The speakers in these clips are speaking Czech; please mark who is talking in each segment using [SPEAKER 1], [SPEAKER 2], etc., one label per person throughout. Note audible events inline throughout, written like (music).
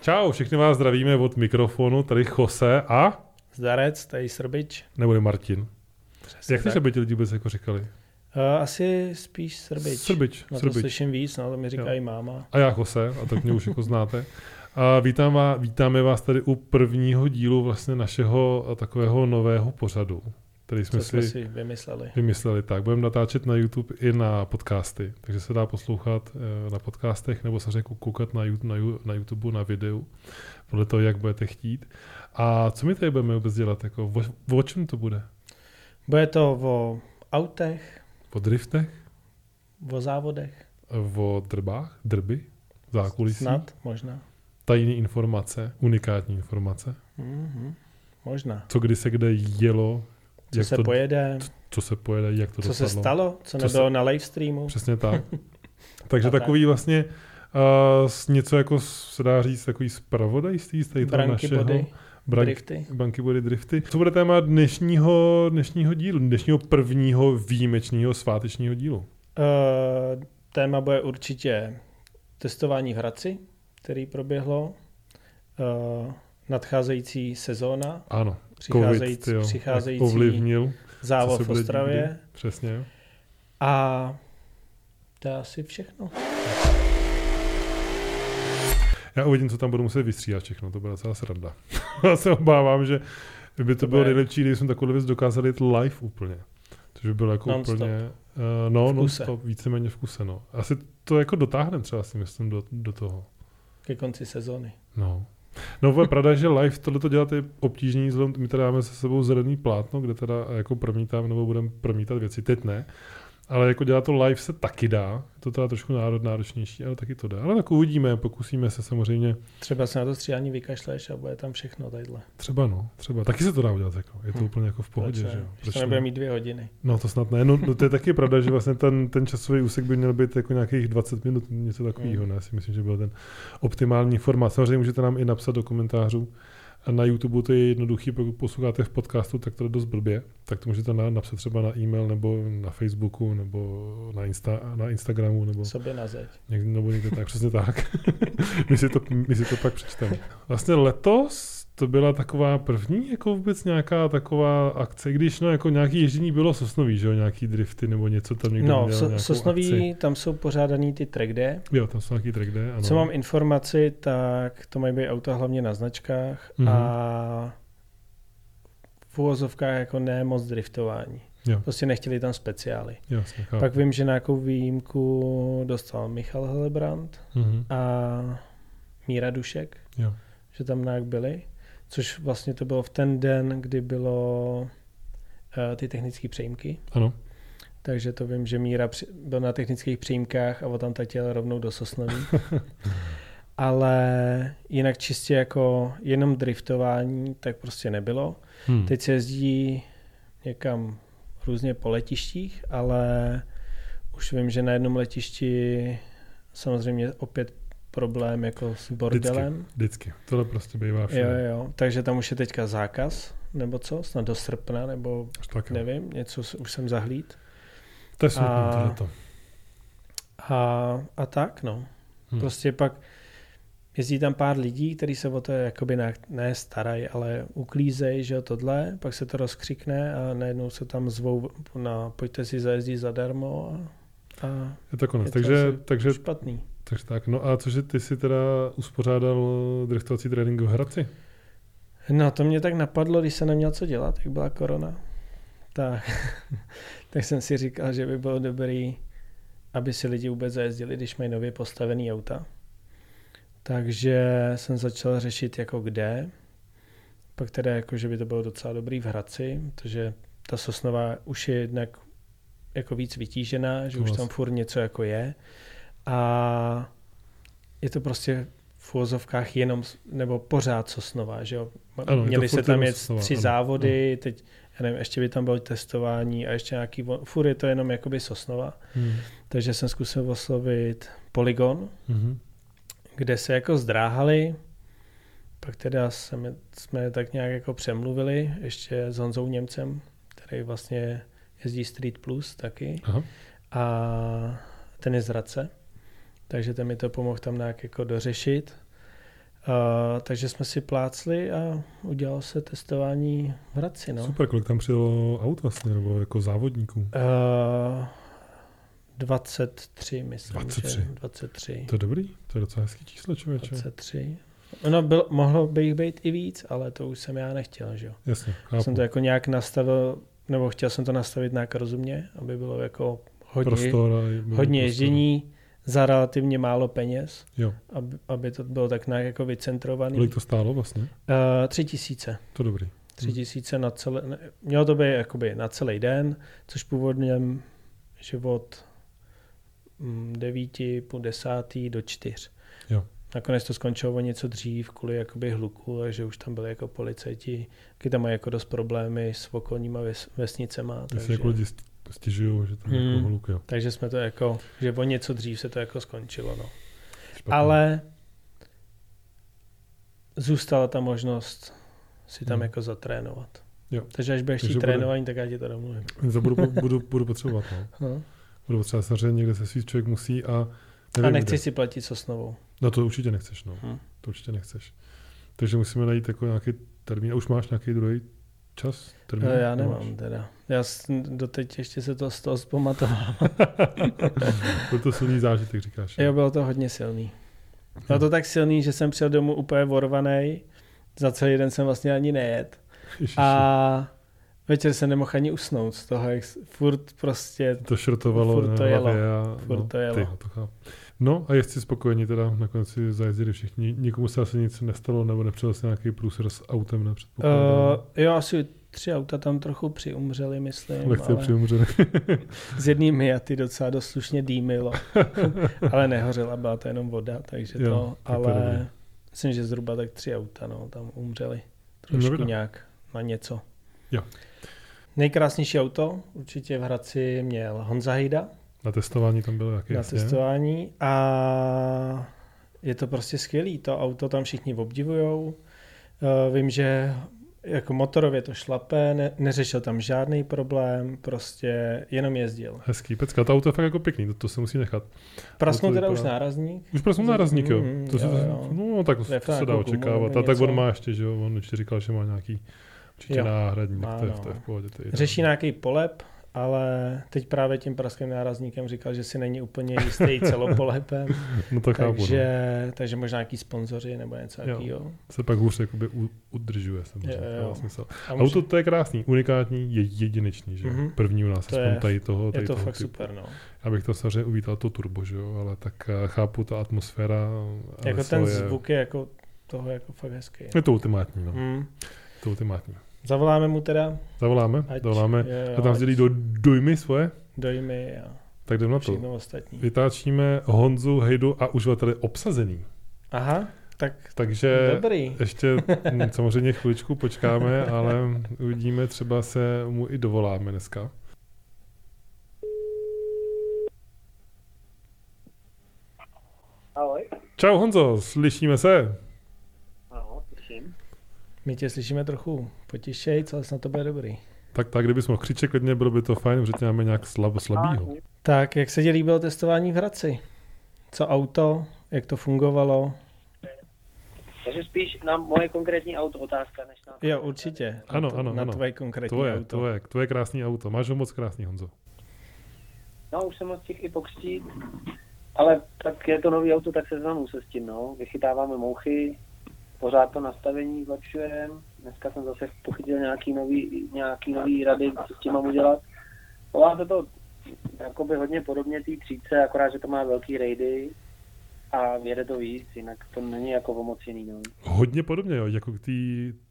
[SPEAKER 1] Čau, všechny vás zdravíme od mikrofonu, tady Jose a
[SPEAKER 2] Zdarec, tady Srbič.
[SPEAKER 1] nebude Martin.
[SPEAKER 2] Přesně
[SPEAKER 1] Jak to,
[SPEAKER 2] tak.
[SPEAKER 1] že by ti lidi vůbec jako říkali?
[SPEAKER 2] Eh, Asi spíš Srbič.
[SPEAKER 1] Srbič,
[SPEAKER 2] Na to
[SPEAKER 1] Srbič.
[SPEAKER 2] slyším víc, no to mi říká
[SPEAKER 1] Jo.
[SPEAKER 2] i máma.
[SPEAKER 1] A já Jose, a tak mě už jako znáte. A vítám vás, vítáme vás tady u prvního dílu vlastně našeho eh, takového nového pořadu, který jsme
[SPEAKER 2] Co jsme
[SPEAKER 1] si,
[SPEAKER 2] si vymysleli.
[SPEAKER 1] vymysleli tak. Budeme natáčet na YouTube i na podcasty, takže se dá poslouchat eh, na podcastech nebo samozřejmě kou- koukat na, Ju- na, Ju- na YouTube, na videu, podle toho, jak budete chtít. A co my tady budeme vůbec dělat? Jako, o, o čem to bude?
[SPEAKER 2] Bude to o autech,
[SPEAKER 1] O driftech?
[SPEAKER 2] o závodech,
[SPEAKER 1] o drbách, drby, zákulisí,
[SPEAKER 2] snad, možná.
[SPEAKER 1] tajné informace, unikátní informace,
[SPEAKER 2] Mhm. Možná.
[SPEAKER 1] co kdy se kde jelo,
[SPEAKER 2] Co
[SPEAKER 1] jak
[SPEAKER 2] se
[SPEAKER 1] to,
[SPEAKER 2] pojede,
[SPEAKER 1] co se pojede, jak to
[SPEAKER 2] co
[SPEAKER 1] dopadlo.
[SPEAKER 2] se stalo, co
[SPEAKER 1] Co
[SPEAKER 2] nebylo na livestreamu.
[SPEAKER 1] Přesně
[SPEAKER 2] (laughs)
[SPEAKER 1] tak. Takže
[SPEAKER 2] A tak.
[SPEAKER 1] takový vlastně uh, s- něco jako s- se dá říct takový zpravodajství z tady toho
[SPEAKER 2] Branky,
[SPEAKER 1] našeho.
[SPEAKER 2] body,
[SPEAKER 1] branky,
[SPEAKER 2] drifty.
[SPEAKER 1] Banky body drifty. Co bude téma dnešního, dnešního dílu, dnešního prvního výjimečného svátečního dílu?
[SPEAKER 2] Eh, Téma bude určitě testování v Hradci, který proběhlo. Eh, Nadcházející sezóna,
[SPEAKER 1] Ano, COVID,
[SPEAKER 2] přicházející,
[SPEAKER 1] tyjo, jak
[SPEAKER 2] přicházející
[SPEAKER 1] ovlivnil, co
[SPEAKER 2] závod
[SPEAKER 1] se
[SPEAKER 2] v
[SPEAKER 1] bude dít,
[SPEAKER 2] Ostravě.
[SPEAKER 1] kdy. Přesně, jo.
[SPEAKER 2] A to je asi všechno.
[SPEAKER 1] Já uvidím, co tam budu muset vystříhat všechno, to byla docela sranda. (laughs) Já se obávám, že by to,
[SPEAKER 2] To
[SPEAKER 1] bylo
[SPEAKER 2] bude-
[SPEAKER 1] nejlepší, kdyby jsme takovou věc dokázali jít live úplně. Což by bylo jako
[SPEAKER 2] Non-stop.
[SPEAKER 1] úplně... Uh, no,
[SPEAKER 2] V
[SPEAKER 1] no,
[SPEAKER 2] kuse.
[SPEAKER 1] stop, víceméně v kuse, no. Asi to jako dotáhneme třeba si myslím do, do toho.
[SPEAKER 2] Ke konci sezóny.
[SPEAKER 1] No. No, je pravda, že live tohleto dělat je obtížný, vzhledem, my teda dáme se sebou zelený plátno, kde teda jako promítáme nebo budeme promítat věci, teď ne. Ale jako dělat to live se taky dá, je to teda trošku národ náročnější, ale taky to dá. Ale tak uvidíme, pokusíme se samozřejmě
[SPEAKER 2] Třeba se na to střídání vykašleš a bude tam všechno tadyhle.
[SPEAKER 1] Třeba no, třeba. Taky se to dá udělat, jako. je to
[SPEAKER 2] Hm.
[SPEAKER 1] úplně jako v pohodě,
[SPEAKER 2] Proč
[SPEAKER 1] že
[SPEAKER 2] ne?
[SPEAKER 1] jo.
[SPEAKER 2] Když to nebude mít dvě hodiny.
[SPEAKER 1] No to snad ne, no, no to je taky pravda, že vlastně ten, ten časový úsek by měl být jako nějakých 20 minut, něco
[SPEAKER 2] Hm.
[SPEAKER 1] takového, ne, Já si myslím, že byl ten optimální formát. Samozřejmě můžete nám i napsat do komentářů, A na YouTube to je jednoduchý, pokud posloucháte v podcastu, tak to je dost blbě, tak to můžete na, napsat třeba na e-mail, nebo na Facebooku, nebo na, Insta, na Instagramu, nebo
[SPEAKER 2] Sobě na zeď.
[SPEAKER 1] Někdy nebo někde tak, přesně tak. (laughs) my, si to, my si to pak přečteme. Vlastně letos to byla taková první, jako vůbec nějaká taková akce, i když no, jako nějaký ježdění bylo sosnový, že jo, nějaký drifty nebo něco tam někdo
[SPEAKER 2] No,
[SPEAKER 1] měl,
[SPEAKER 2] so,
[SPEAKER 1] nějakou
[SPEAKER 2] Sosnoví,
[SPEAKER 1] akci.
[SPEAKER 2] tam jsou pořádaný ty track day.
[SPEAKER 1] Jo, tam jsou nějaký track day, ano.
[SPEAKER 2] Co mám informaci, tak to mají být auta hlavně na značkách
[SPEAKER 1] Mhm.
[SPEAKER 2] a v úvozovkách jako ne moc driftování.
[SPEAKER 1] Jo.
[SPEAKER 2] Prostě nechtěli tam speciály.
[SPEAKER 1] Jasně, chápu.
[SPEAKER 2] Pak vím, že nějakou výjimku dostal Michal Helebrant,
[SPEAKER 1] Mhm.
[SPEAKER 2] a Míra Dušek,
[SPEAKER 1] Jo.
[SPEAKER 2] že tam nějak byli, což vlastně to bylo v ten den, kdy bylo eh, ty technické přejímky,
[SPEAKER 1] Ano,
[SPEAKER 2] takže to vím, že Míra při- byl na technických přejímkách a o tam jel rovnou do Sosnoví. Ale jinak čistě jako jenom driftování, tak prostě nebylo.
[SPEAKER 1] hm.
[SPEAKER 2] Teď se jezdí někam různě po letištích, ale už vím, že na jednom letišti samozřejmě opět problém jako s bordelem.
[SPEAKER 1] vždycky. Tohle prostě bývá
[SPEAKER 2] Jo,
[SPEAKER 1] všude.
[SPEAKER 2] jo, takže tam už je teďka zákaz, nebo co, snad do srpna, nebo
[SPEAKER 1] Až tak, jo.
[SPEAKER 2] nevím, něco s- už jsem zahlíd.
[SPEAKER 1] To je smutný,
[SPEAKER 2] A-
[SPEAKER 1] tohleto.
[SPEAKER 2] A, a tak, no.
[SPEAKER 1] Hm.
[SPEAKER 2] Prostě pak jezdí tam pár lidí, kteří se o to jakoby na, ne starají, ale uklízejí, že jo, tohle, pak se to rozkřikne a najednou se tam zvou na pojďte si zajezdit zadarmo a, a
[SPEAKER 1] Je to konec.
[SPEAKER 2] je to
[SPEAKER 1] takže,
[SPEAKER 2] asi
[SPEAKER 1] takže,
[SPEAKER 2] je špatný.
[SPEAKER 1] takže, tak. No a cože ty si teda uspořádal driftovací trénink v Hradci?
[SPEAKER 2] No to mě tak napadlo, když jsem neměl co dělat, jak byla korona, tak, (laughs) tak jsem si říkal, že by bylo dobrý, aby si lidi vůbec zajezdili, když mají nově postavený auta. Takže jsem začal řešit jako kde, pak teda jako, že by to bylo docela dobrý v Hradci, protože ta Sosnova už je jednak jako víc vytížená, že
[SPEAKER 1] To
[SPEAKER 2] už
[SPEAKER 1] vás-
[SPEAKER 2] tam furt něco jako je a je to prostě v úvozovkách jenom, s- nebo pořád Sosnova, že jo. Ma-
[SPEAKER 1] Ano, je to
[SPEAKER 2] Měli se
[SPEAKER 1] furt
[SPEAKER 2] tam
[SPEAKER 1] jenom
[SPEAKER 2] jet
[SPEAKER 1] Sosnova,
[SPEAKER 2] tři
[SPEAKER 1] ano, No.
[SPEAKER 2] závody, teď, já nevím, ještě by tam bylo testování a ještě nějaký, vo- furt je to jenom jakoby Sosnova,
[SPEAKER 1] Hm.
[SPEAKER 2] takže jsem zkusil oslovit Polygon,
[SPEAKER 1] Mhm.
[SPEAKER 2] kde se jako zdráhali, pak teda jsme, jsme je tak nějak jako přemluvili ještě s Honzou Němcem, který vlastně jezdí Street Plus taky
[SPEAKER 1] Aha.
[SPEAKER 2] a ten je z Hradce. takže ten mi to pomohl tam nějak jako dořešit. Uh, takže jsme si plácli a udělalo se testování v Hradci. No.
[SPEAKER 1] Super, kolik tam přijelo aut vlastně, nebo jako závodníků?
[SPEAKER 2] Uh, 23, myslím.
[SPEAKER 1] 23.
[SPEAKER 2] Že? 23.
[SPEAKER 1] To je dobrý, to je docela hezký číslo, člověče.
[SPEAKER 2] 23. No, byl, mohlo by jich být i víc, ale to už jsem já nechtěl, že jo.
[SPEAKER 1] Jasně, chápu.
[SPEAKER 2] Jsem to jako nějak nastavil, nebo chtěl jsem to nastavit nějak rozumně, aby bylo jako hodně,
[SPEAKER 1] prostor a prostě-
[SPEAKER 2] hodně ježdění za relativně málo peněz,
[SPEAKER 1] Jo.
[SPEAKER 2] aby, aby to bylo tak nějak jako vycentrovaný.
[SPEAKER 1] Kolik to Hmm. stálo vlastně?
[SPEAKER 2] Uh, tři tisíce.
[SPEAKER 1] To dobrý.
[SPEAKER 2] Tři tisíce na celé, ne, mělo to být jakoby na celý den, což původně život mm, devíti po desátý do čtyř.
[SPEAKER 1] Jo.
[SPEAKER 2] Nakonec to skončilo o něco dřív kvůli jakoby hluku a že už tam byli jako policajti, kteří tam mají jako dost problémy s okolníma ves, vesnicema.
[SPEAKER 1] Když
[SPEAKER 2] Takže,
[SPEAKER 1] si jako lidi st- stěžují, že tam
[SPEAKER 2] Hmm.
[SPEAKER 1] jako hluk, jo.
[SPEAKER 2] takže jsme to jako, že o něco dřív se to jako skončilo. No.
[SPEAKER 1] Špatný.
[SPEAKER 2] Ale zůstala ta možnost si tam
[SPEAKER 1] Hmm.
[SPEAKER 2] jako zatrénovat.
[SPEAKER 1] Jo.
[SPEAKER 2] Takže až budeš
[SPEAKER 1] Takže
[SPEAKER 2] chtít
[SPEAKER 1] bude-
[SPEAKER 2] trénování, tak já ti to domluvím.
[SPEAKER 1] To budu, budu,
[SPEAKER 2] (laughs)
[SPEAKER 1] budu potřebovat, no.
[SPEAKER 2] No.
[SPEAKER 1] Budu potřebovat samozřejmě, někde se svít člověk musí a nevím,
[SPEAKER 2] A nechci
[SPEAKER 1] kde.
[SPEAKER 2] si platit sosnovou.
[SPEAKER 1] No to určitě nechceš, no.
[SPEAKER 2] Hm.
[SPEAKER 1] To určitě nechceš. Takže musíme najít jako nějaký termín. A už máš nějaký druhý čas? Termín?
[SPEAKER 2] No, já
[SPEAKER 1] Nemáš?
[SPEAKER 2] nemám teda. Já s- doteď ještě se to z toho zpamatoval.
[SPEAKER 1] Byl to silný zážitek, říkáš.
[SPEAKER 2] jo, bylo to hodně silný. Bylo to tak silný, že jsem přijel domů úplně vorvaný. Za celý den jsem vlastně ani nejet.
[SPEAKER 1] Ježiši,
[SPEAKER 2] A večer jsem nemohl ani usnout z toho, jak s- furt prostě
[SPEAKER 1] to šrotovalo
[SPEAKER 2] furt
[SPEAKER 1] na
[SPEAKER 2] to jelo.
[SPEAKER 1] hlavě A,
[SPEAKER 2] Furt
[SPEAKER 1] no,
[SPEAKER 2] to jelo.
[SPEAKER 1] Ty, to chápu. No a jestli spokojení teda nakonec si zajezdili všichni. Nikomu se asi nic nestalo nebo nepřijel se nějaký průser s autem na předpokládám.
[SPEAKER 2] Uh, jo, asi tři auta tam trochu přiumřeli, myslím.
[SPEAKER 1] Lehce
[SPEAKER 2] ale
[SPEAKER 1] přiumřeli.
[SPEAKER 2] s jedním Miaty docela dost
[SPEAKER 1] (laughs)
[SPEAKER 2] slušně dýmilo. ale nehořela, byla to jenom voda, takže
[SPEAKER 1] Jo,
[SPEAKER 2] to,
[SPEAKER 1] tak to je dobrý.
[SPEAKER 2] ale myslím, že zhruba tak tři auta no, tam umřeli. Trošku
[SPEAKER 1] Dobrá.
[SPEAKER 2] nějak na něco.
[SPEAKER 1] Jo.
[SPEAKER 2] Nejkrásnější auto určitě v Hradci měl Honza Hejda
[SPEAKER 1] (laughs) Na testování tam bylo jaký
[SPEAKER 2] na testování a je to prostě skvělý, to auto tam všichni obdivujou. Eh, Vím, že jako motorově to šlape, ne, neřešil tam žádný problém, prostě jenom jezdil.
[SPEAKER 1] Hezký pecka, to auto je fakt jako pěkný, to, to se musí nechat.
[SPEAKER 2] Prasnul
[SPEAKER 1] Auto
[SPEAKER 2] teda
[SPEAKER 1] vypadá-
[SPEAKER 2] už nárazník,
[SPEAKER 1] Už prosím nárazník, jo.
[SPEAKER 2] Mm,
[SPEAKER 1] To se,
[SPEAKER 2] jo, jo.
[SPEAKER 1] no tak to,
[SPEAKER 2] To je
[SPEAKER 1] to se
[SPEAKER 2] fakt
[SPEAKER 1] dá
[SPEAKER 2] jako gumu
[SPEAKER 1] očekávat.
[SPEAKER 2] nebo
[SPEAKER 1] A tak on
[SPEAKER 2] něco.
[SPEAKER 1] má ještě, že jo, on určitě říkal, že má nějaký určitě
[SPEAKER 2] Jo.
[SPEAKER 1] náhradník,
[SPEAKER 2] Má,
[SPEAKER 1] to je,
[SPEAKER 2] no.
[SPEAKER 1] to je v pohodě. To je ideální.
[SPEAKER 2] řeší nějaký polep, ale teď právě tím prasklým nárazníkem říkal, že si není úplně
[SPEAKER 1] (laughs)
[SPEAKER 2] jistý celopolepem,
[SPEAKER 1] No to chápu,
[SPEAKER 2] takže,
[SPEAKER 1] no.
[SPEAKER 2] takže možná nějaký sponzoři nebo něco
[SPEAKER 1] Jo.
[SPEAKER 2] takového.
[SPEAKER 1] Se pak hůř jakoby u- udržuje samozřejmě.
[SPEAKER 2] Jo,
[SPEAKER 1] to
[SPEAKER 2] jo.
[SPEAKER 1] má smysl.
[SPEAKER 2] A může-
[SPEAKER 1] Auto to je krásný, unikátní, je jedinečný, že jo.
[SPEAKER 2] Mhm.
[SPEAKER 1] První u nás,
[SPEAKER 2] To
[SPEAKER 1] aspoň
[SPEAKER 2] je-
[SPEAKER 1] tady toho,
[SPEAKER 2] je
[SPEAKER 1] tady
[SPEAKER 2] to
[SPEAKER 1] toho
[SPEAKER 2] fakt
[SPEAKER 1] typu.
[SPEAKER 2] super, no.
[SPEAKER 1] Já bych to samozřejmě uvítal to turbo, že jo, ale tak eh, chápu ta atmosféra. a
[SPEAKER 2] Jako
[SPEAKER 1] veselo
[SPEAKER 2] ten
[SPEAKER 1] je-
[SPEAKER 2] zvuk je jako toho jako fakt hezký.
[SPEAKER 1] Je to ultimátní, no.
[SPEAKER 2] Mm.
[SPEAKER 1] To ultimátní.
[SPEAKER 2] Zavoláme mu teda,
[SPEAKER 1] Zavoláme,
[SPEAKER 2] ať
[SPEAKER 1] zavoláme.
[SPEAKER 2] jo, jo,
[SPEAKER 1] A tam
[SPEAKER 2] ať
[SPEAKER 1] sdělí do dojmy svoje,
[SPEAKER 2] dojmy a
[SPEAKER 1] tak jdem na to.
[SPEAKER 2] všechno ostatní.
[SPEAKER 1] Vytáčíme Honzu, Hejdu a uživatele obsazený.
[SPEAKER 2] Aha, tak
[SPEAKER 1] Takže
[SPEAKER 2] dobrý.
[SPEAKER 1] ještě mm,
[SPEAKER 2] (laughs)
[SPEAKER 1] samozřejmě chviličku počkáme, ale uvidíme, třeba se mu i dovoláme dneska.
[SPEAKER 3] Ahoj.
[SPEAKER 1] Čau Honzo, slyšíme se.
[SPEAKER 3] Ano, slyším.
[SPEAKER 2] My tě slyšíme trochu potišejc, ale snad to bude dobrý.
[SPEAKER 1] Tak tak, kdybys mohl křičet klidně, bylo by to fajn, protože tě máme nějak slab, slabýho.
[SPEAKER 3] nic,
[SPEAKER 2] Tak, jak se ti líbilo testování v Hradci? Co auto, jak to fungovalo?
[SPEAKER 3] Takže spíš na moje konkrétní auto otázka, než na...
[SPEAKER 2] Jo, určitě.
[SPEAKER 1] Ano,
[SPEAKER 2] na to,
[SPEAKER 1] ano,
[SPEAKER 2] Na
[SPEAKER 1] ano.
[SPEAKER 2] tvoje konkrétní
[SPEAKER 1] Tvoje,
[SPEAKER 2] auto.
[SPEAKER 1] tvoje, tvoje krásný auto. Máš ho moc krásný, Honzo.
[SPEAKER 3] No, už jsem moc těch i pokřtít, ale tak je to nový auto, tak se znám se s tím, no. Vychytáváme mouchy, pořád to nastavení zlepšujeme. Dneska jsem zase pochytil nějaký nový, nějaký nový rady, co s tím mám udělat. Volá se to jakoby hodně podobně té tříce, akorát, že to má velký rejdy a jede to víc, jinak to není jako o moc jiný, no.
[SPEAKER 1] Hodně podobně, jo, jako k té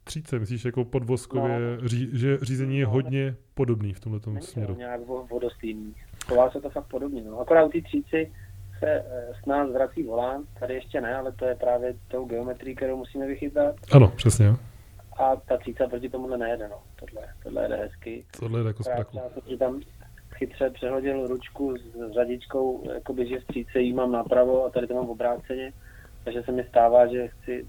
[SPEAKER 1] tříce. Myslíš, jako podvozkově, ří, že řízení je hodně podobný v tomhle
[SPEAKER 3] Není
[SPEAKER 1] směru.
[SPEAKER 3] to nějak vo- o dost jiný. Chová se to fakt podobně. No. Akorát u té tříci se eh, s nás vrací volán, tady ještě ne, ale to je právě tou geometrií, kterou musíme vychytat.
[SPEAKER 1] Ano, přesně. jo.
[SPEAKER 3] A ta tříca proti tomuhle nejede, no. Tohle, tohle jede hezky.
[SPEAKER 1] Tohle je jako z
[SPEAKER 3] Akorát
[SPEAKER 1] praku.
[SPEAKER 3] já jsem si tam chytře přehodil ručku s s řadičkou, jakoby, že v tříce jí mám napravo a tady to mám obráceně. Takže se mi stává, že chci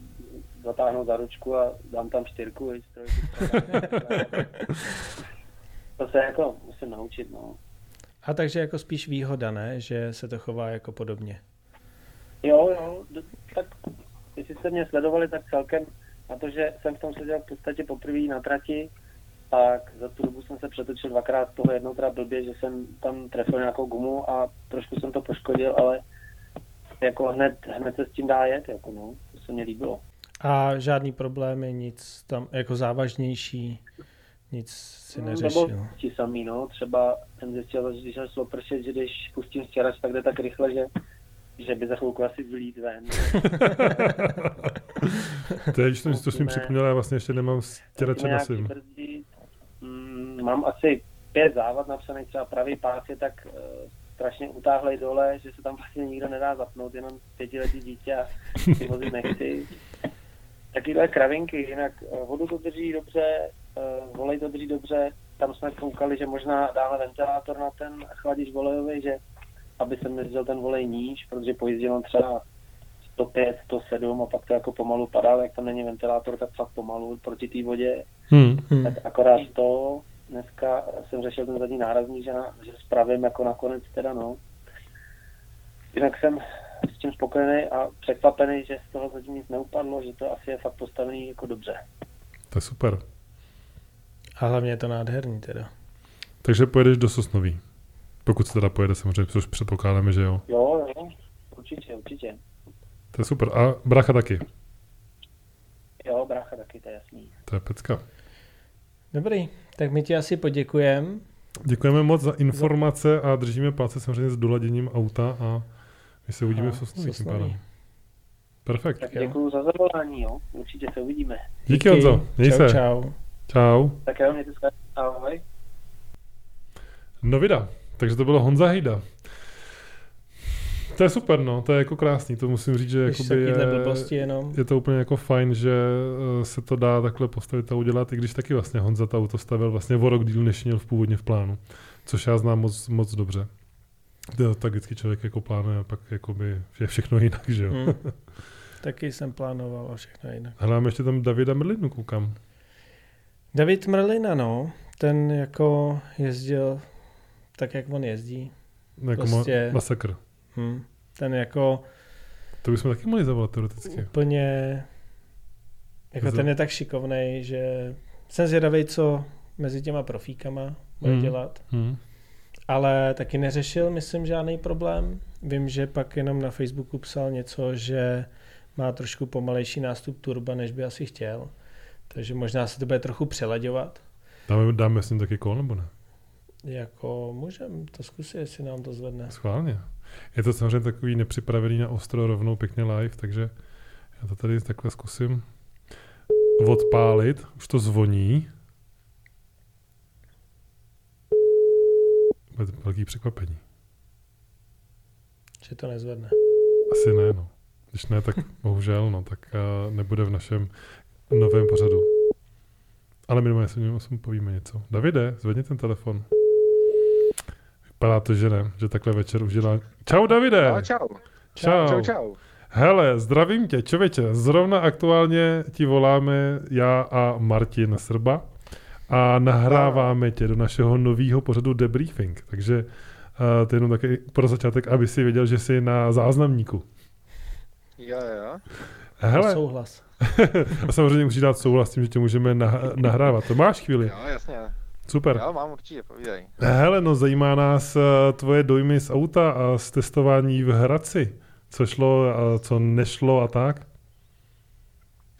[SPEAKER 3] zatáhnout za ručku a dám tam čtyřku, viď,
[SPEAKER 1] (laughs)
[SPEAKER 3] trojku. to se jako musím naučit, no.
[SPEAKER 2] A takže jako spíš výhoda, ne? Že se to chová jako podobně.
[SPEAKER 3] Jo, jo, d- tak jestli jste mě sledovali, tak celkem na to, že jsem v tom seděl v podstatě poprvé na trati, tak za tu dobu jsem se přetočil dvakrát z toho jednou teda blbě, že jsem tam trefil nějakou gumu a trošku jsem to poškodil, ale jako hned, hned se s tím dá jet, jako no, to se mně líbilo.
[SPEAKER 2] A žádný problémy, nic tam jako závažnější, nic si
[SPEAKER 3] No,
[SPEAKER 2] (laughs)
[SPEAKER 3] Nebo (laughs)
[SPEAKER 2] neřešil.
[SPEAKER 3] ti samý, no, třeba jsem zjistil, že když šlo pršet, že když pustím stěrač, tak jde tak rychle, že že by za chvilku asi vylít ven.
[SPEAKER 1] (laughs) To je, když jsem si to s ním
[SPEAKER 3] Musíme-
[SPEAKER 1] připomněl, já vlastně ještě nemám stěrače na
[SPEAKER 3] Nějak
[SPEAKER 1] svým.
[SPEAKER 3] přibrzdit. Mm, mám asi pět závad napsaných, třeba pravý pás je tak eh, strašně utáhlej dole, že se tam vlastně nikdo nedá zapnout, jenom pětiletý dítě a ty vozit nechci. Takovýhle kravinky, jinak eh, vodu to drží dobře, eh, volej to drží dobře, tam jsme koukali, že možná dáme ventilátor na ten chladič volejový, že aby jsem nezdel ten volej níž, protože po jízdě mám třeba 105, 107 a pak to jako pomalu padá, ale jak tam není ventilátor, tak fakt pomalu proti té vodě.
[SPEAKER 1] Hmm.
[SPEAKER 2] Hmm.
[SPEAKER 3] Tak akorát to, dneska jsem řešil ten zadní nárazník, že, na, že spravím jako nakonec teda, no. Jinak jsem s tím spokojený a překvapený, že z toho zatím nic neupadlo, že to asi je fakt postavený jako dobře.
[SPEAKER 1] To je super.
[SPEAKER 2] A hlavně je to nádherný teda.
[SPEAKER 1] Takže pojedeš do Sosnoví. Pokud se teda pojede samozřejmě, což předpokládáme, že jo.
[SPEAKER 3] Jo, jo, určitě, určitě.
[SPEAKER 1] To je super. A bracha taky.
[SPEAKER 3] Jo, brácha taky, to je jasný.
[SPEAKER 1] To je pecka.
[SPEAKER 2] Dobrý, tak my ti asi poděkujeme.
[SPEAKER 1] Děkujeme moc za informace a držíme palce samozřejmě s doladěním auta a my se uvidíme
[SPEAKER 2] A
[SPEAKER 1] v Sosnoví. tím
[SPEAKER 2] Sosnoví.
[SPEAKER 1] pádem. Perfekt.
[SPEAKER 3] Tak
[SPEAKER 2] Jo.
[SPEAKER 3] děkuju za zavolání, jo, určitě se uvidíme.
[SPEAKER 1] Díky, Honzo. Měj
[SPEAKER 2] Čau,
[SPEAKER 1] se.
[SPEAKER 2] čau.
[SPEAKER 1] Čau.
[SPEAKER 3] Tak jo, mějte se, ahoj.
[SPEAKER 1] No vida, takže to bylo Honza Hejda. To je super, no, to je jako krásný, to musím říct, že
[SPEAKER 2] Jakoby
[SPEAKER 1] jakoby
[SPEAKER 2] takovýhle blbosti
[SPEAKER 1] je,
[SPEAKER 2] jenom.
[SPEAKER 1] je to úplně jako fajn, že eh, se to dá takhle postavit a udělat, i když taky vlastně Honza ta auto stavil vlastně o rok díl, než měl v původně v plánu, což já znám moc, moc dobře. To tak vždycky člověk jako plánuje a pak jakoby je všechno jinak, že jo.
[SPEAKER 2] Hmm. Taky jsem plánoval a všechno jinak.
[SPEAKER 1] Hledáme ještě tam Davida Merlinu, koukám.
[SPEAKER 2] David Merlina, no, ten jako jezdil tak, jak on jezdí.
[SPEAKER 1] Jako prostě...
[SPEAKER 2] Prostě-
[SPEAKER 1] masakr.
[SPEAKER 2] Hm. Ten jako
[SPEAKER 1] To bychom taky mohli zavolat teoreticky.
[SPEAKER 2] úplně, jako
[SPEAKER 1] Za-
[SPEAKER 2] ten je tak šikovnej, že jsem zvědavý, co mezi těma profíkama bude
[SPEAKER 1] Hmm.
[SPEAKER 2] dělat.
[SPEAKER 1] Hmm.
[SPEAKER 2] Ale taky neřešil, myslím, žádný problém. Vím, že pak jenom na Facebooku psal něco, že má trošku pomalejší nástup turba, než by asi chtěl. Takže možná se to bude trochu přelaďovat.
[SPEAKER 1] Dáme, dáme s ním taky kol, nebo ne?
[SPEAKER 2] Jako můžem to zkusit, jestli nám to zvedne.
[SPEAKER 1] Schválně. Je to samozřejmě takový nepřipravený na ostro rovnou pěkně live, takže já to tady takhle zkusím odpálit. Už to zvoní. Bude to velký překvapení.
[SPEAKER 2] Že to nezvedne.
[SPEAKER 1] Asi ne, no. Když ne, tak bohužel, no, tak uh, nebude v našem novém pořadu. Ale minimálně se o něm aspoň povíme něco. Davide, zvedni ten telefon. Vypadá to, že ne, že takhle večer už dělá. Čau, Davide!
[SPEAKER 4] Ale čau.
[SPEAKER 1] Čau.
[SPEAKER 4] Čau, čau.
[SPEAKER 1] Hele, zdravím tě, čověče. Zrovna aktuálně ti voláme já a Martin Srba a nahráváme tě do našeho nového pořadu Debriefing. Takže eh, to je jenom taky pro začátek, aby si věděl, že jsi na záznamníku.
[SPEAKER 4] Jo, jo.
[SPEAKER 1] Hele,
[SPEAKER 2] Souhlas.
[SPEAKER 1] a samozřejmě musíš dát souhlas s tím, že tě můžeme nah- nahrávat. To máš chvíli.
[SPEAKER 4] Jo, jasně.
[SPEAKER 1] Super.
[SPEAKER 4] Jo, mám určitě, povídej.
[SPEAKER 1] Hele, no zajímá nás eh, tvoje dojmy z auta a z testování v Hradci. Co šlo a co nešlo a tak.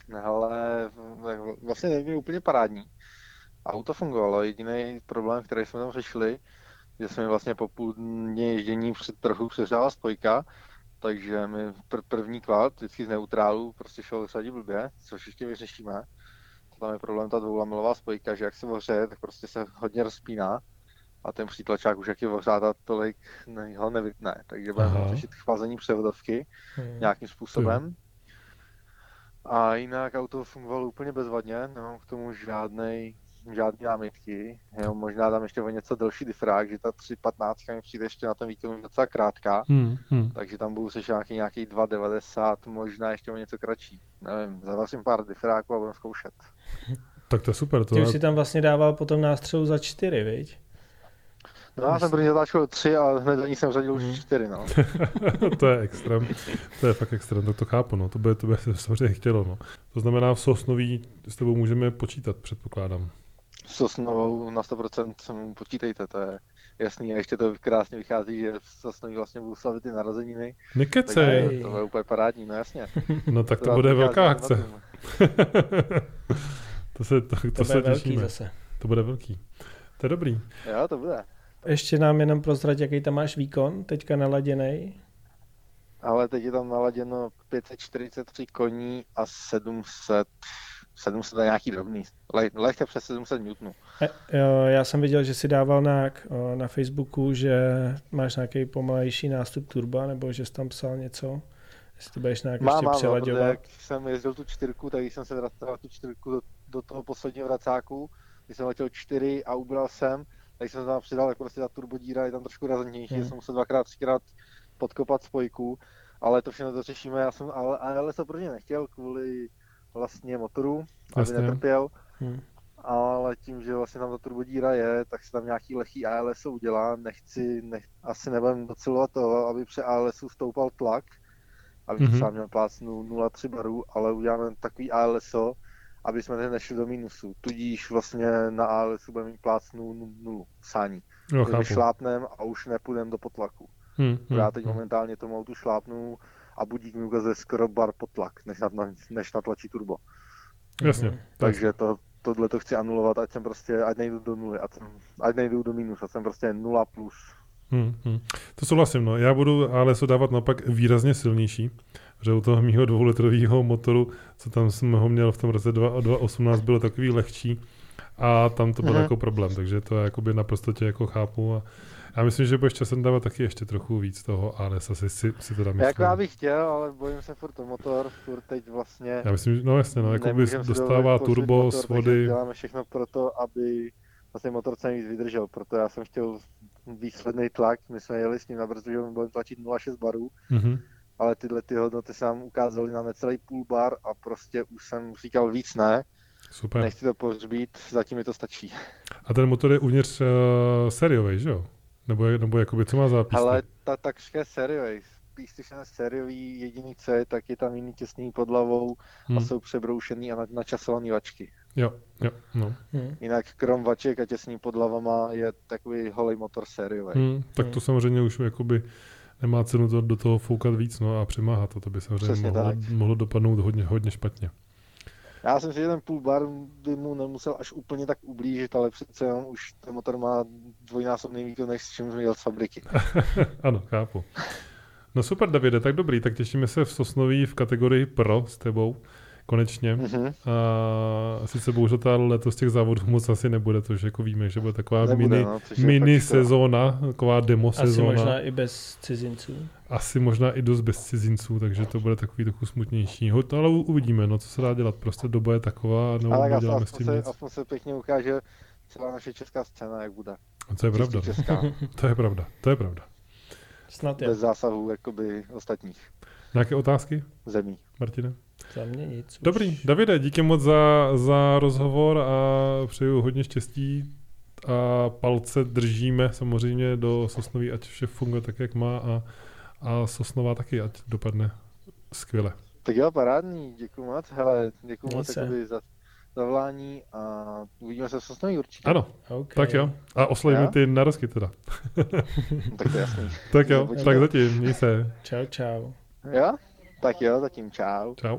[SPEAKER 4] No, ale v- tak v- vlastně nevím, úplně parádní. Auto fungovalo, jediný problém, který jsme tam řešili, že jsme vlastně po půl dně ježdění před, trochu přeřála spojka, takže mi pr- první kvalt vždycky z neutrálu prostě šel sadí blbě, což ještě vyřešíme. Tam je problém ta dvoulamilová spojka, že jak se ohřeje, tak prostě se hodně rozpíná a ten přítlačák už jak je ohřátá, tolik ne, ho nevytne. Takže budeme
[SPEAKER 1] Aha.
[SPEAKER 4] řešit chlazení převodovky,
[SPEAKER 2] Hmm.
[SPEAKER 4] nějakým způsobem. A jinak auto fungovalo úplně bezvadně, nemám k tomu žádnej, žádný námitky. Jo, možná tam ještě o něco delší difrák, že ta 315 mi přijde ještě na ten výkon docela krátká,
[SPEAKER 1] Hmm, hmm.
[SPEAKER 4] takže tam budu slyšet nějaký, nějaký 290, možná ještě o něco kratší. Nevím, zavazím pár difráků a budu zkoušet.
[SPEAKER 1] Tak to je super. To
[SPEAKER 2] Ty
[SPEAKER 1] je...
[SPEAKER 2] už si tam vlastně dával potom nástřelu za čtyři, viď?
[SPEAKER 4] No já jsem první zatáčel tři a hned za ní jsem řadil už čtyři, no.
[SPEAKER 1] (laughs) to je extrém. To je fakt extrém, tak to chápu, no. To by, to by se samozřejmě chtělo, no. To znamená, v Sosnoví s tebou můžeme počítat, předpokládám.
[SPEAKER 4] Sosnovou na 100% sem počítejte, to je jasný. A ještě to krásně vychází, že v Sosnoví vlastně budou slavit ty narozeniny.
[SPEAKER 1] Nekecej!
[SPEAKER 4] Takže to je úplně parádní, no jasně.
[SPEAKER 1] No tak to,
[SPEAKER 4] vám
[SPEAKER 1] bude
[SPEAKER 4] vychází
[SPEAKER 1] velká
[SPEAKER 4] na
[SPEAKER 1] akce.
[SPEAKER 4] datum.
[SPEAKER 1] (laughs) to se, to, to
[SPEAKER 2] To,
[SPEAKER 1] se
[SPEAKER 2] bude velký
[SPEAKER 1] těšíme.
[SPEAKER 2] zase.
[SPEAKER 1] To bude velký. To je dobrý.
[SPEAKER 4] Jo, to bude.
[SPEAKER 2] Ještě nám jenom prozrať, jaký tam máš výkon, teďka naladěnej.
[SPEAKER 4] Ale teď je tam naladěno 543 koní a 700, 700 a nějaký drobný. Le, lehce přes 700 newtonů.
[SPEAKER 2] E, jo, Já jsem viděl, že si dával na, k- o, na Facebooku, že máš nějaký pomalejší nástup turba, nebo že jsi tam psal něco, jestli to budeš nějak ještě
[SPEAKER 4] no, protože
[SPEAKER 2] přelaďovat.
[SPEAKER 4] jak jsem jezdil tu čtyřku, tak když jsem se vracel tu čtyřku do, do toho posledního vracáku, když jsem letěl čtyři a ubral jsem, tak jsem tam přidal, jako prostě ta turbodíra je tam trošku raznější,
[SPEAKER 2] Hmm.
[SPEAKER 4] hmm. jsem musel dvakrát, třikrát podkopat spojku, ale to všechno to řešíme, já jsem, ale, ale to prvně nechtěl kvůli vlastně motoru,
[SPEAKER 1] Jasně. Hmm.
[SPEAKER 4] aby netrpěl,
[SPEAKER 2] Hm.
[SPEAKER 4] ale tím, že vlastně tam ta turbodíra je, tak se tam nějaký lehký ALS udělá, nechci, nech, asi nebudem docelovat toho, aby při ALSu stoupal tlak, aby
[SPEAKER 1] Mhm.
[SPEAKER 4] mm-hmm. třeba měl plácnu 0,3 barů, ale uděláme takový ALSO, aby jsme ne- nešli do minusu, tudíž vlastně na ALSu budeme mít plácnu 0, sání.
[SPEAKER 1] Jo,
[SPEAKER 4] Takže
[SPEAKER 1] chápu.
[SPEAKER 4] šlápnem a už nepůjdeme do potlaku.
[SPEAKER 1] Hmm, hmm,
[SPEAKER 4] Já teď
[SPEAKER 1] hmm.
[SPEAKER 4] momentálně tomu autu šlápnu a budík mi ukazuje skoro bar potlak, než, natla, než natlačí turbo.
[SPEAKER 1] Jasně. Tak.
[SPEAKER 4] Takže to, tohle to chci anulovat, ať jsem prostě, ať nejdu do nuly, ať, jsem, ať nejdu do minus, ať jsem prostě nula plus.
[SPEAKER 1] Hmm, hmm. To souhlasím, no. Já budu ale se dávat naopak výrazně silnější, že u toho mýho dvoulitrového motoru, co tam jsem ho měl v tom roce 2 2018, bylo takový lehčí a tam to byl
[SPEAKER 4] Mhm.
[SPEAKER 1] jako problém, takže to já jakoby naprosto tě jako chápu a já myslím, že budeš časem dávat taky ještě trochu víc toho, ale asi si, si teda myslím.
[SPEAKER 4] Jako já bych chtěl, ale bojím se furt o motor, furt teď vlastně
[SPEAKER 1] já myslím, že no jasně, no, jako
[SPEAKER 4] nemůžem si
[SPEAKER 1] dostává
[SPEAKER 4] dovolit poslat
[SPEAKER 1] turbo,
[SPEAKER 4] motor,
[SPEAKER 1] motor,
[SPEAKER 4] takže
[SPEAKER 1] svody,
[SPEAKER 4] Děláme všechno pro to, aby vlastně motor co nejvíc vydržel, proto já jsem chtěl výsledný tlak, my jsme jeli s ním na brzdu, že on byl tlačit 0,6 barů,
[SPEAKER 1] mhm,
[SPEAKER 4] ale tyhle ty hodnoty se nám ukázaly na necelý půl bar a prostě už jsem říkal víc ne,
[SPEAKER 1] super.
[SPEAKER 4] nechci to pohřbít, zatím mi to stačí.
[SPEAKER 1] A ten motor je uvnitř uh, sériový, že jo? Nebo, je- nebo jakoby, co má zápis?
[SPEAKER 4] Hele, ta takřka je seriový. PlayStation je seriový, jediný co je, tak je tam jiný těsný pod hlavou
[SPEAKER 1] Hmm.
[SPEAKER 4] a jsou přebroušený a na- načasovaný vačky.
[SPEAKER 1] Jo, jo, no.
[SPEAKER 2] Hm.
[SPEAKER 4] Jinak krom vaček a těsný pod hlavama je takový holý motor seriový.
[SPEAKER 1] Hmm, tak to
[SPEAKER 2] Hmm.
[SPEAKER 1] samozřejmě už jakoby nemá cenu to do toho foukat víc no, a přemáhat to, to by samozřejmě
[SPEAKER 4] Přesně
[SPEAKER 1] mohlo,
[SPEAKER 4] tak.
[SPEAKER 1] mohlo, dopadnout hodně, hodně špatně. (laughs)
[SPEAKER 4] Já jsem si jeden půl bar by mu nemusel až úplně tak ublížit, ale přece jenom už ten motor má dvojnásobný výkon, než s čím jsem jel
[SPEAKER 1] (laughs)
[SPEAKER 4] z fabriky.
[SPEAKER 1] Ano, chápu. No super, Davide, tak dobrý, tak těšíme se v Sosnoví v kategorii pro s tebou, konečně.
[SPEAKER 4] Mhm.
[SPEAKER 1] A sice bohužel ta letos těch závodů moc asi nebude, to už jako víme, že bude taková
[SPEAKER 4] Nebude,
[SPEAKER 1] mini,
[SPEAKER 4] no, což je
[SPEAKER 1] mini
[SPEAKER 4] fakt škoda.
[SPEAKER 1] sezóna, taková demo
[SPEAKER 2] Asi
[SPEAKER 1] sezóna.
[SPEAKER 2] možná i bez cizinců.
[SPEAKER 1] asi možná i dost bez cizinců, takže to bude takový trochu smutnější. Ho- to Ale u- uvidíme, no, co se dá dělat. Prostě doba je taková,
[SPEAKER 4] Ale
[SPEAKER 1] no,
[SPEAKER 4] tak
[SPEAKER 1] děláme s
[SPEAKER 4] aspoň
[SPEAKER 1] tím
[SPEAKER 4] se,
[SPEAKER 1] nic.
[SPEAKER 4] aspoň se pěkně ukáže celá naše česká scéna, jak bude.
[SPEAKER 1] A to je pravda,
[SPEAKER 4] Česká,
[SPEAKER 1] (laughs) to je pravda, to je pravda.
[SPEAKER 2] Snad jo.
[SPEAKER 4] bez zásahů jakoby ostatních
[SPEAKER 1] Nějaké otázky,
[SPEAKER 4] zemí.
[SPEAKER 1] Martine?
[SPEAKER 2] Za mě nic. už.
[SPEAKER 1] Dobrý, Davide, díky moc za, za rozhovor a přeju hodně štěstí a palce držíme samozřejmě do Sosnový, ať vše funguje tak, jak má a, a Sosnová taky, ať dopadne skvěle.
[SPEAKER 4] Tak jo, parádní, děkuji moc, hele, děkuji
[SPEAKER 2] Měj
[SPEAKER 4] moc
[SPEAKER 2] se.
[SPEAKER 4] jakoby za zavolání a uvidíme se v Sosnoví určitě.
[SPEAKER 1] Ano,
[SPEAKER 2] Okay.
[SPEAKER 1] tak jo. A oslavíme
[SPEAKER 4] Jo?
[SPEAKER 1] ty narozky teda.
[SPEAKER 4] No, tak to je jasný.
[SPEAKER 1] Tak jo,
[SPEAKER 4] Započkej.
[SPEAKER 1] tak zatím, měj se.
[SPEAKER 2] Čau, čau.
[SPEAKER 4] Jo? Tak jo, zatím čau.
[SPEAKER 1] Čau.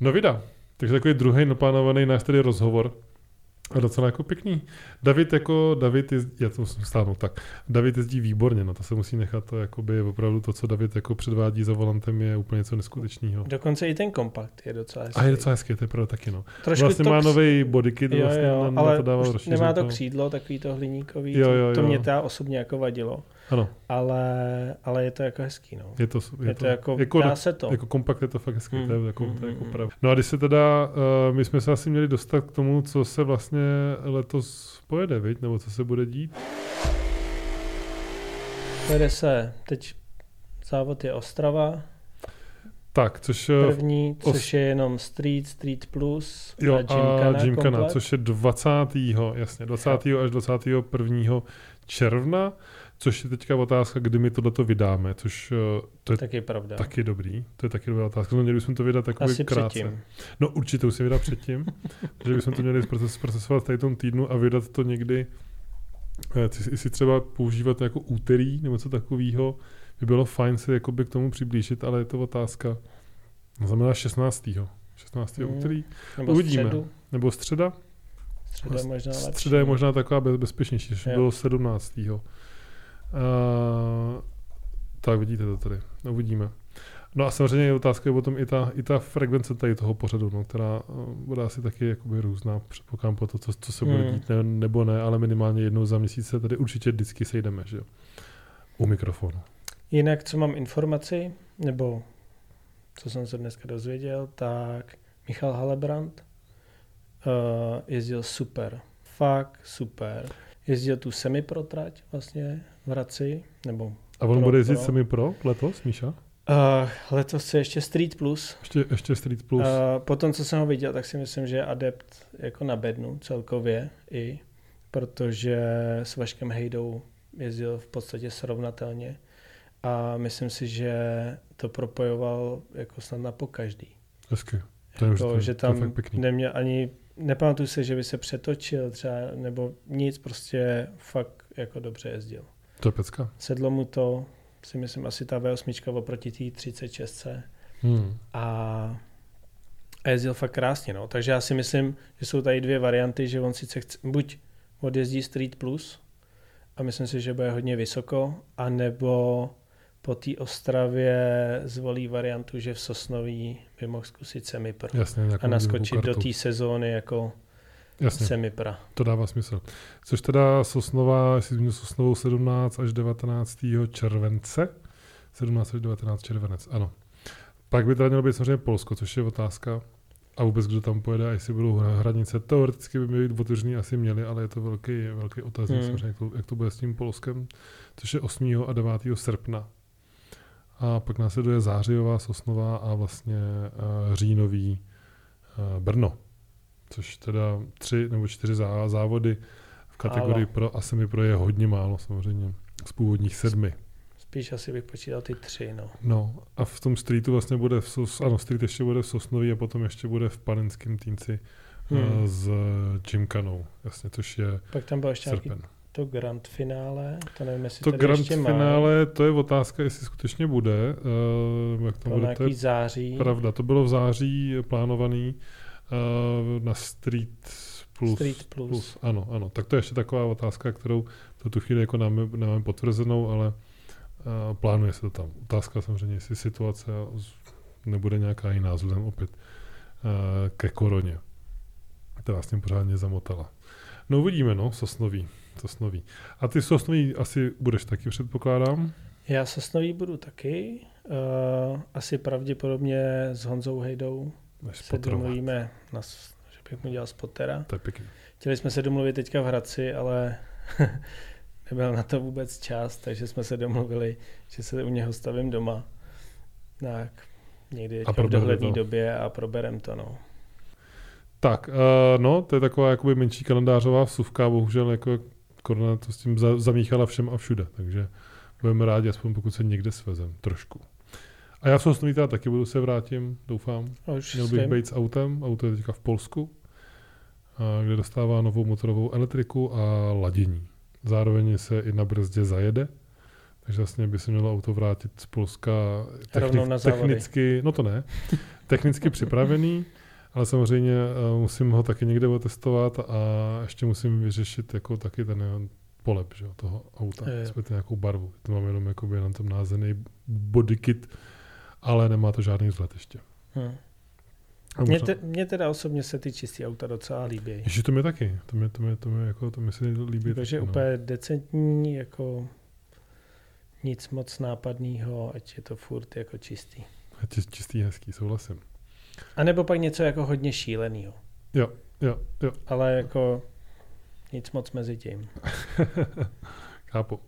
[SPEAKER 1] No vida, takže takový druhý naplánovaný náš tady rozhovor. A docela jako pěkný. David jako, David jezdí, já to musím stáhnout tak, David jezdí výborně, no to se musí nechat, to jakoby opravdu to, co David jako předvádí za volantem je úplně něco neskutečného.
[SPEAKER 2] Dokonce i ten kompakt je docela hezký.
[SPEAKER 1] A je docela hezké, to je pravda taky no.
[SPEAKER 2] Trošku
[SPEAKER 1] Vlastně
[SPEAKER 2] to
[SPEAKER 1] má
[SPEAKER 2] kři-
[SPEAKER 1] nový bodykit,
[SPEAKER 2] Jo,
[SPEAKER 1] vlastně
[SPEAKER 2] jo,
[SPEAKER 1] na, na
[SPEAKER 2] ale
[SPEAKER 1] to dával
[SPEAKER 2] už nemá to
[SPEAKER 1] no.
[SPEAKER 2] křídlo, takový to hliníkový,
[SPEAKER 1] Jo,
[SPEAKER 2] jo,
[SPEAKER 1] jo,
[SPEAKER 2] jo, to
[SPEAKER 1] jo.
[SPEAKER 2] mě ta osobně jako vadilo,
[SPEAKER 1] Ano,
[SPEAKER 2] ale, ale je to jako hezký, no.
[SPEAKER 1] je to,
[SPEAKER 2] Je, to, jako, dá
[SPEAKER 1] na-
[SPEAKER 2] se to.
[SPEAKER 1] Jako kompakt je to fakt hezký,
[SPEAKER 2] Mm,
[SPEAKER 1] to je jako,
[SPEAKER 2] mm,
[SPEAKER 1] to je jako
[SPEAKER 2] mm,
[SPEAKER 1] pravda. No a když se teda, uh, my jsme se asi měli dostat k tomu, co se vlastně letos pojede, viď? nebo co se bude dít.
[SPEAKER 2] Pojede se, teď závod je Ostrava,
[SPEAKER 1] Tak, což eh,
[SPEAKER 2] První,
[SPEAKER 1] os-
[SPEAKER 2] což je jenom Street, Street Plus
[SPEAKER 1] Jo,
[SPEAKER 2] a Gymkhana,
[SPEAKER 1] a Gymkhana
[SPEAKER 2] komplet.
[SPEAKER 1] což je 20. jasně, 20. až 21. června, což je teďka otázka, kdy my tohleto vydáme, což eh, to je
[SPEAKER 2] Tak je pravda.
[SPEAKER 1] taky dobrý, to je taky dobrá otázka, no, měli bychom to vydat takový
[SPEAKER 2] Asi
[SPEAKER 1] krátce.
[SPEAKER 2] předtím.
[SPEAKER 1] No určitě už jsem vydat předtím, že bychom to měli zproces- zprocesovat v tady tom týdnu a vydat to někdy, eh, ty- jestli třeba používat jako úterý nebo co takového, by bylo fajn se jakoby k tomu přiblížit, ale je to otázka, no, znamená 16. 16.
[SPEAKER 2] Mm.
[SPEAKER 1] úterý,
[SPEAKER 2] Nebo
[SPEAKER 1] uvidíme.
[SPEAKER 2] Středu.
[SPEAKER 1] nebo středa,
[SPEAKER 2] Středa je možná lepší. no.
[SPEAKER 1] Středa je možná taková bez- bezpečnější, což
[SPEAKER 2] Jo.
[SPEAKER 1] bylo 17. Uh, tak vidíte to tady, uvidíme. No a samozřejmě je otázka je potom i ta, i ta frekvence tady toho pořadu, no, která eh, bude asi taky jakoby různá, předpokládám po to, co, co se bude
[SPEAKER 2] Hmm.
[SPEAKER 1] dít ne, nebo ne, ale minimálně jednou za měsíc se tady určitě vždycky sejdeme, že jo. U mikrofonu.
[SPEAKER 2] Jinak, co mám informaci, nebo co jsem se dneska dozvěděl, tak Michal Halebrand uh, jezdil super. Fakt super. Jezdil tu semiprotrať vlastně v Hradci, nebo uh,
[SPEAKER 1] A on
[SPEAKER 2] Pro,
[SPEAKER 1] bude jezdit
[SPEAKER 2] pro.
[SPEAKER 1] sami pro letos, Míša?
[SPEAKER 2] letos se ještě Street Plus.
[SPEAKER 1] Ještě, ještě Street Plus.
[SPEAKER 2] Plus. Uh, potom, co jsem ho viděl, tak si myslím, že je adept jako na bednu celkově i, protože s Vaškem Hejdou jezdil v podstatě srovnatelně a myslím si, že to propojoval jako snad na pokaždý.
[SPEAKER 1] Hezky. To je
[SPEAKER 2] Jako,
[SPEAKER 1] už-
[SPEAKER 2] že
[SPEAKER 1] to je
[SPEAKER 2] tam
[SPEAKER 1] fakt pěkný.
[SPEAKER 2] neměl ani, nepamatuju se, že by se přetočil třeba, nebo nic, prostě fakt jako dobře jezdil.
[SPEAKER 1] To je pecka.
[SPEAKER 2] Sedlo mu to, si myslím, asi ta V8 oproti té 36
[SPEAKER 1] Hmm.
[SPEAKER 2] a, a jezdil fakt krásně. No. Takže já si myslím, že jsou tady dvě varianty, že on sice chce, buď odjezdí Street Plus a myslím si, že bude hodně vysoko, anebo po té Ostravě zvolí variantu, že v Sosnoví by mohl zkusit semipro
[SPEAKER 1] Jasně, nějakou
[SPEAKER 2] a naskočit
[SPEAKER 1] divnou
[SPEAKER 2] do
[SPEAKER 1] kartu.
[SPEAKER 2] té sezóny jako
[SPEAKER 1] Jasně.
[SPEAKER 2] semipra.
[SPEAKER 1] To dává smysl. Což teda Sosnova, jestli zmínil Sosnovou 17 až 19. července. 17 až 19 červenec, ano. Pak by teda mělo být samozřejmě Polsko, což je otázka. A vůbec, kdo tam pojede a jestli budou hra- hranice. Teoreticky by měly být otevřený, asi měli, ale je to velký, velký otazník, hmm.
[SPEAKER 2] Hmm.
[SPEAKER 1] samozřejmě, jak, to, jak to bude s tím Polskem, což je 8. a 9. srpna. A pak následuje Zářijová, Sosnová a vlastně eh, Říjnový eh, Brno, což teda tři nebo čtyři zá- závody v kategorii
[SPEAKER 2] Málo.
[SPEAKER 1] pro a semi pro je hodně málo samozřejmě z původních sedmi.
[SPEAKER 2] Spíš asi bych počítal ty tři, no.
[SPEAKER 1] No a v tom streetu vlastně bude, v Sos, ano, street ještě bude v Sosnoví a potom ještě bude v Panenském týnci
[SPEAKER 2] Hmm.
[SPEAKER 1] hmm. s Jimkanou, jasně, což je
[SPEAKER 2] Pak tam bylo ještě nějaký
[SPEAKER 1] srpen.
[SPEAKER 2] to grand finále, to nevím, jestli
[SPEAKER 1] To
[SPEAKER 2] tady
[SPEAKER 1] grand
[SPEAKER 2] ještě má.
[SPEAKER 1] finále, to je otázka, jestli skutečně bude, uh, jak to
[SPEAKER 2] Bylo
[SPEAKER 1] bude, to
[SPEAKER 2] nějaký
[SPEAKER 1] je
[SPEAKER 2] září.
[SPEAKER 1] pravda, to bylo v září plánovaný uh, na street plus,
[SPEAKER 2] Street plus.
[SPEAKER 1] Plus, ano, ano. Tak to je ještě taková otázka, kterou pro tu chvíli jako nám, nám potvrzenou, ale uh, plánuje se to tam. Otázka samozřejmě, jestli situace z- nebude nějaká jiná, vzhledem opět uh, ke koroně. Ta vlastně pořádně zamotala. No uvidíme, no, Sosnový. Sosnový. A ty Sosnový asi budeš taky, předpokládám.
[SPEAKER 2] Já Sosnový budu taky. Uh, asi pravděpodobně s Honzou Hejdou
[SPEAKER 1] Než
[SPEAKER 2] se
[SPEAKER 1] potrvat.
[SPEAKER 2] domluvíme, na, s- že bych mu dělal spotera.
[SPEAKER 1] To je pěkný.
[SPEAKER 2] Chtěli jsme se domluvit teďka v Hradci, ale (laughs) nebyl na to vůbec čas, takže jsme se domluvili, že se u něho stavím doma. Tak někdy
[SPEAKER 1] A
[SPEAKER 2] v
[SPEAKER 1] probereme
[SPEAKER 2] dohledné
[SPEAKER 1] to.
[SPEAKER 2] době a proberem to. No.
[SPEAKER 1] Tak, uh, no, to je taková jakoby menší kalendářová vsuvka, bohužel jako korona to s tím za, zamíchala všem a všude, takže budeme rádi, aspoň pokud se někde svezem, trošku. A já v Sosnoví teda taky budu se vrátím, doufám.
[SPEAKER 2] A už
[SPEAKER 1] Měl bych
[SPEAKER 2] svým.
[SPEAKER 1] být s autem, auto je teďka v Polsku, a kde dostává novou motorovou elektriku a ladění. Zároveň se i na brzdě zajede, takže vlastně by se mělo auto vrátit z Polska
[SPEAKER 2] Rovnou na závody.
[SPEAKER 1] technicky, no to ne, (laughs) technicky připravený, ale samozřejmě eh, musím ho taky někde otestovat a ještě musím vyřešit jako taky ten eh, polep že, jo, toho auta,
[SPEAKER 2] Jo, jo.
[SPEAKER 1] respektive nějakou barvu. To mám jenom jakoby na tom názený bodykit, ale nemá to žádný vzhled ještě.
[SPEAKER 2] Hm.
[SPEAKER 1] A
[SPEAKER 2] Mně,
[SPEAKER 1] možná-
[SPEAKER 2] te, mně teda osobně se ty čistý auta docela líbí.
[SPEAKER 1] Ježi, to mi taky. To mi, to mi, to mi, jako, to mi se líbí.
[SPEAKER 2] Protože
[SPEAKER 1] taky, no.
[SPEAKER 2] úplně decentní, jako nic moc nápadného, ať je to furt jako čistý.
[SPEAKER 1] Čis- Čistý, hezký, souhlasím.
[SPEAKER 2] A nebo pak něco jako hodně šíleného,
[SPEAKER 1] Jo, jo,
[SPEAKER 2] ale jako nic moc mezi tím.
[SPEAKER 1] chápu.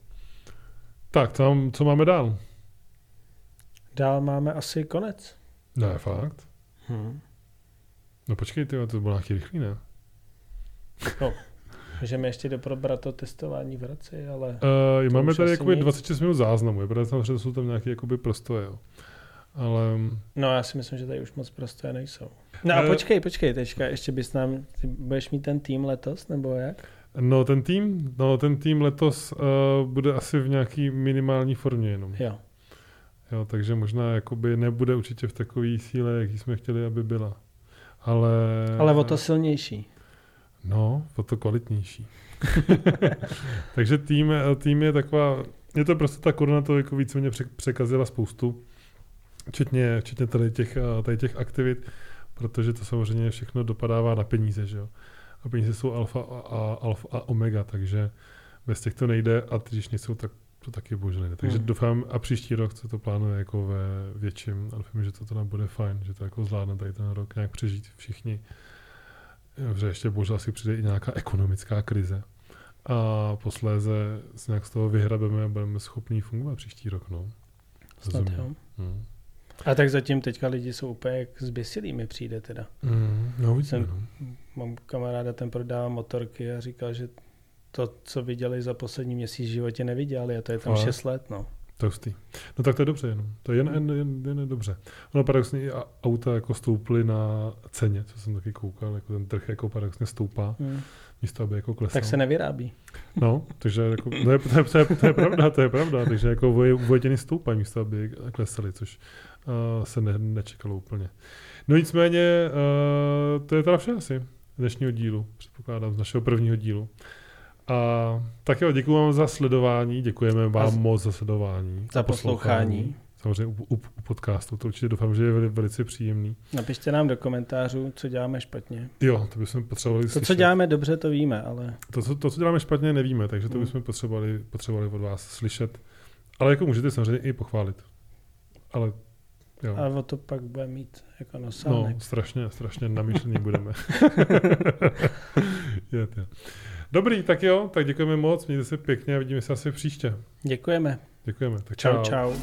[SPEAKER 1] Tak, co, mám, co máme dál?
[SPEAKER 2] Dál máme asi konec.
[SPEAKER 1] Ne, fakt. Hmm.
[SPEAKER 2] Hm.
[SPEAKER 1] No počkej, ty, to bylo nějaký rychlý, ne?
[SPEAKER 2] Můžeme ještě doprobrat to testování v Hradci, ale
[SPEAKER 1] Uh,
[SPEAKER 2] To
[SPEAKER 1] máme
[SPEAKER 2] už
[SPEAKER 1] tady
[SPEAKER 2] asi
[SPEAKER 1] jakoby
[SPEAKER 2] nic.
[SPEAKER 1] 26 minut záznamu, je pravda, samozřejmě jsou tam nějaké jakoby prostoje, jo. Ale mm,
[SPEAKER 2] no já si myslím, že tady už moc prosté nejsou. No a
[SPEAKER 1] Eh.
[SPEAKER 2] počkej, počkej, teďka, ještě bys nám, ty budeš mít ten tým letos, nebo jak?
[SPEAKER 1] no ten tým, no ten tým letos uh, bude asi v nějaký minimální formě jenom.
[SPEAKER 2] Jo.
[SPEAKER 1] Jo, takže možná jakoby nebude určitě v takové síle, jaký jsme chtěli, aby byla. Ale,
[SPEAKER 2] Ale o to silnější.
[SPEAKER 1] No, o to kvalitnější. takže tým, tým je taková... Je to prostě ta korona to jako víceméně přek- překazila spoustu, včetně, včetně tady těch, eh, tady těch aktivit, protože to samozřejmě všechno dopadává na peníze, že jo. A peníze jsou alfa a, a, alfa a omega, takže bez těch to nejde a když nejsou, tak to taky bohužel nejde. Takže
[SPEAKER 2] Hmm.
[SPEAKER 1] hmm. doufám a příští rok se to plánuje jako ve větším a doufám, že to teda bude fajn, že to jako zvládne tady ten rok nějak přežít všichni. Že ještě bohužel asi přijde i nějaká ekonomická krize. A posléze se nějak z toho vyhrabeme a budeme schopni fungovat příští rok, no.
[SPEAKER 2] Snad,
[SPEAKER 1] Rozumím.
[SPEAKER 2] jo.
[SPEAKER 1] Hmm.
[SPEAKER 2] A tak zatím teďka lidi jsou úplně jak zběsilí mi přijde teda.
[SPEAKER 1] Mm, no, uvidíme,
[SPEAKER 2] Jsem-
[SPEAKER 1] no.
[SPEAKER 2] Mám kamaráda, ten prodává motorky a říkal, že to, co viděli za poslední měsíc v životě neviděli a to je tam
[SPEAKER 1] Fakt?
[SPEAKER 2] 6 let, no.
[SPEAKER 1] To je hustý. No tak to je dobře jenom. To je jen, jen, jen, jen dobře. Ono paradoxně i a- auta jako stouply na ceně, co jsem taky koukal, jako ten trh jako paradoxně stoupá,
[SPEAKER 2] Hmm.
[SPEAKER 1] místo aby jako klesal.
[SPEAKER 2] Tak se nevyrábí.
[SPEAKER 1] No, takže jako, to, je, to, je, to, je, to je pravda, to je pravda. Takže jako voj- vojtěny stoupají místo, aby klesaly, což uh, se ne, nečekalo úplně. No nicméně, uh, to je teda vše asi z dnešního dílu, předpokládám, z našeho prvního dílu. A tak jo, děkuji vám za sledování, děkujeme vám
[SPEAKER 2] A z-
[SPEAKER 1] moc za sledování.
[SPEAKER 2] za
[SPEAKER 1] a
[SPEAKER 2] poslouchání.
[SPEAKER 1] Samozřejmě u, u, u podcastu, to určitě doufám, že je veli- velice příjemný.
[SPEAKER 2] Napište nám do komentářů, co děláme špatně.
[SPEAKER 1] Jo, to bychom potřebovali
[SPEAKER 2] To, co
[SPEAKER 1] slyšet.
[SPEAKER 2] děláme dobře, to víme, ale
[SPEAKER 1] To, co, to, co děláme špatně, nevíme, takže to
[SPEAKER 2] Mm.
[SPEAKER 1] bychom potřebovali, potřebovali od vás slyšet. Ale jako můžete samozřejmě i pochválit. Ale jo.
[SPEAKER 2] a o to pak bude mít jako
[SPEAKER 1] No,
[SPEAKER 2] nosánek.
[SPEAKER 1] strašně, strašně
[SPEAKER 2] (laughs)
[SPEAKER 1] namýšlení budeme. (laughs) je, to. Dobrý, tak jo, tak děkujeme moc, mějte se pěkně a vidíme se asi příště.
[SPEAKER 2] Děkujeme.
[SPEAKER 1] Děkujeme. Tak
[SPEAKER 2] Čau, čau.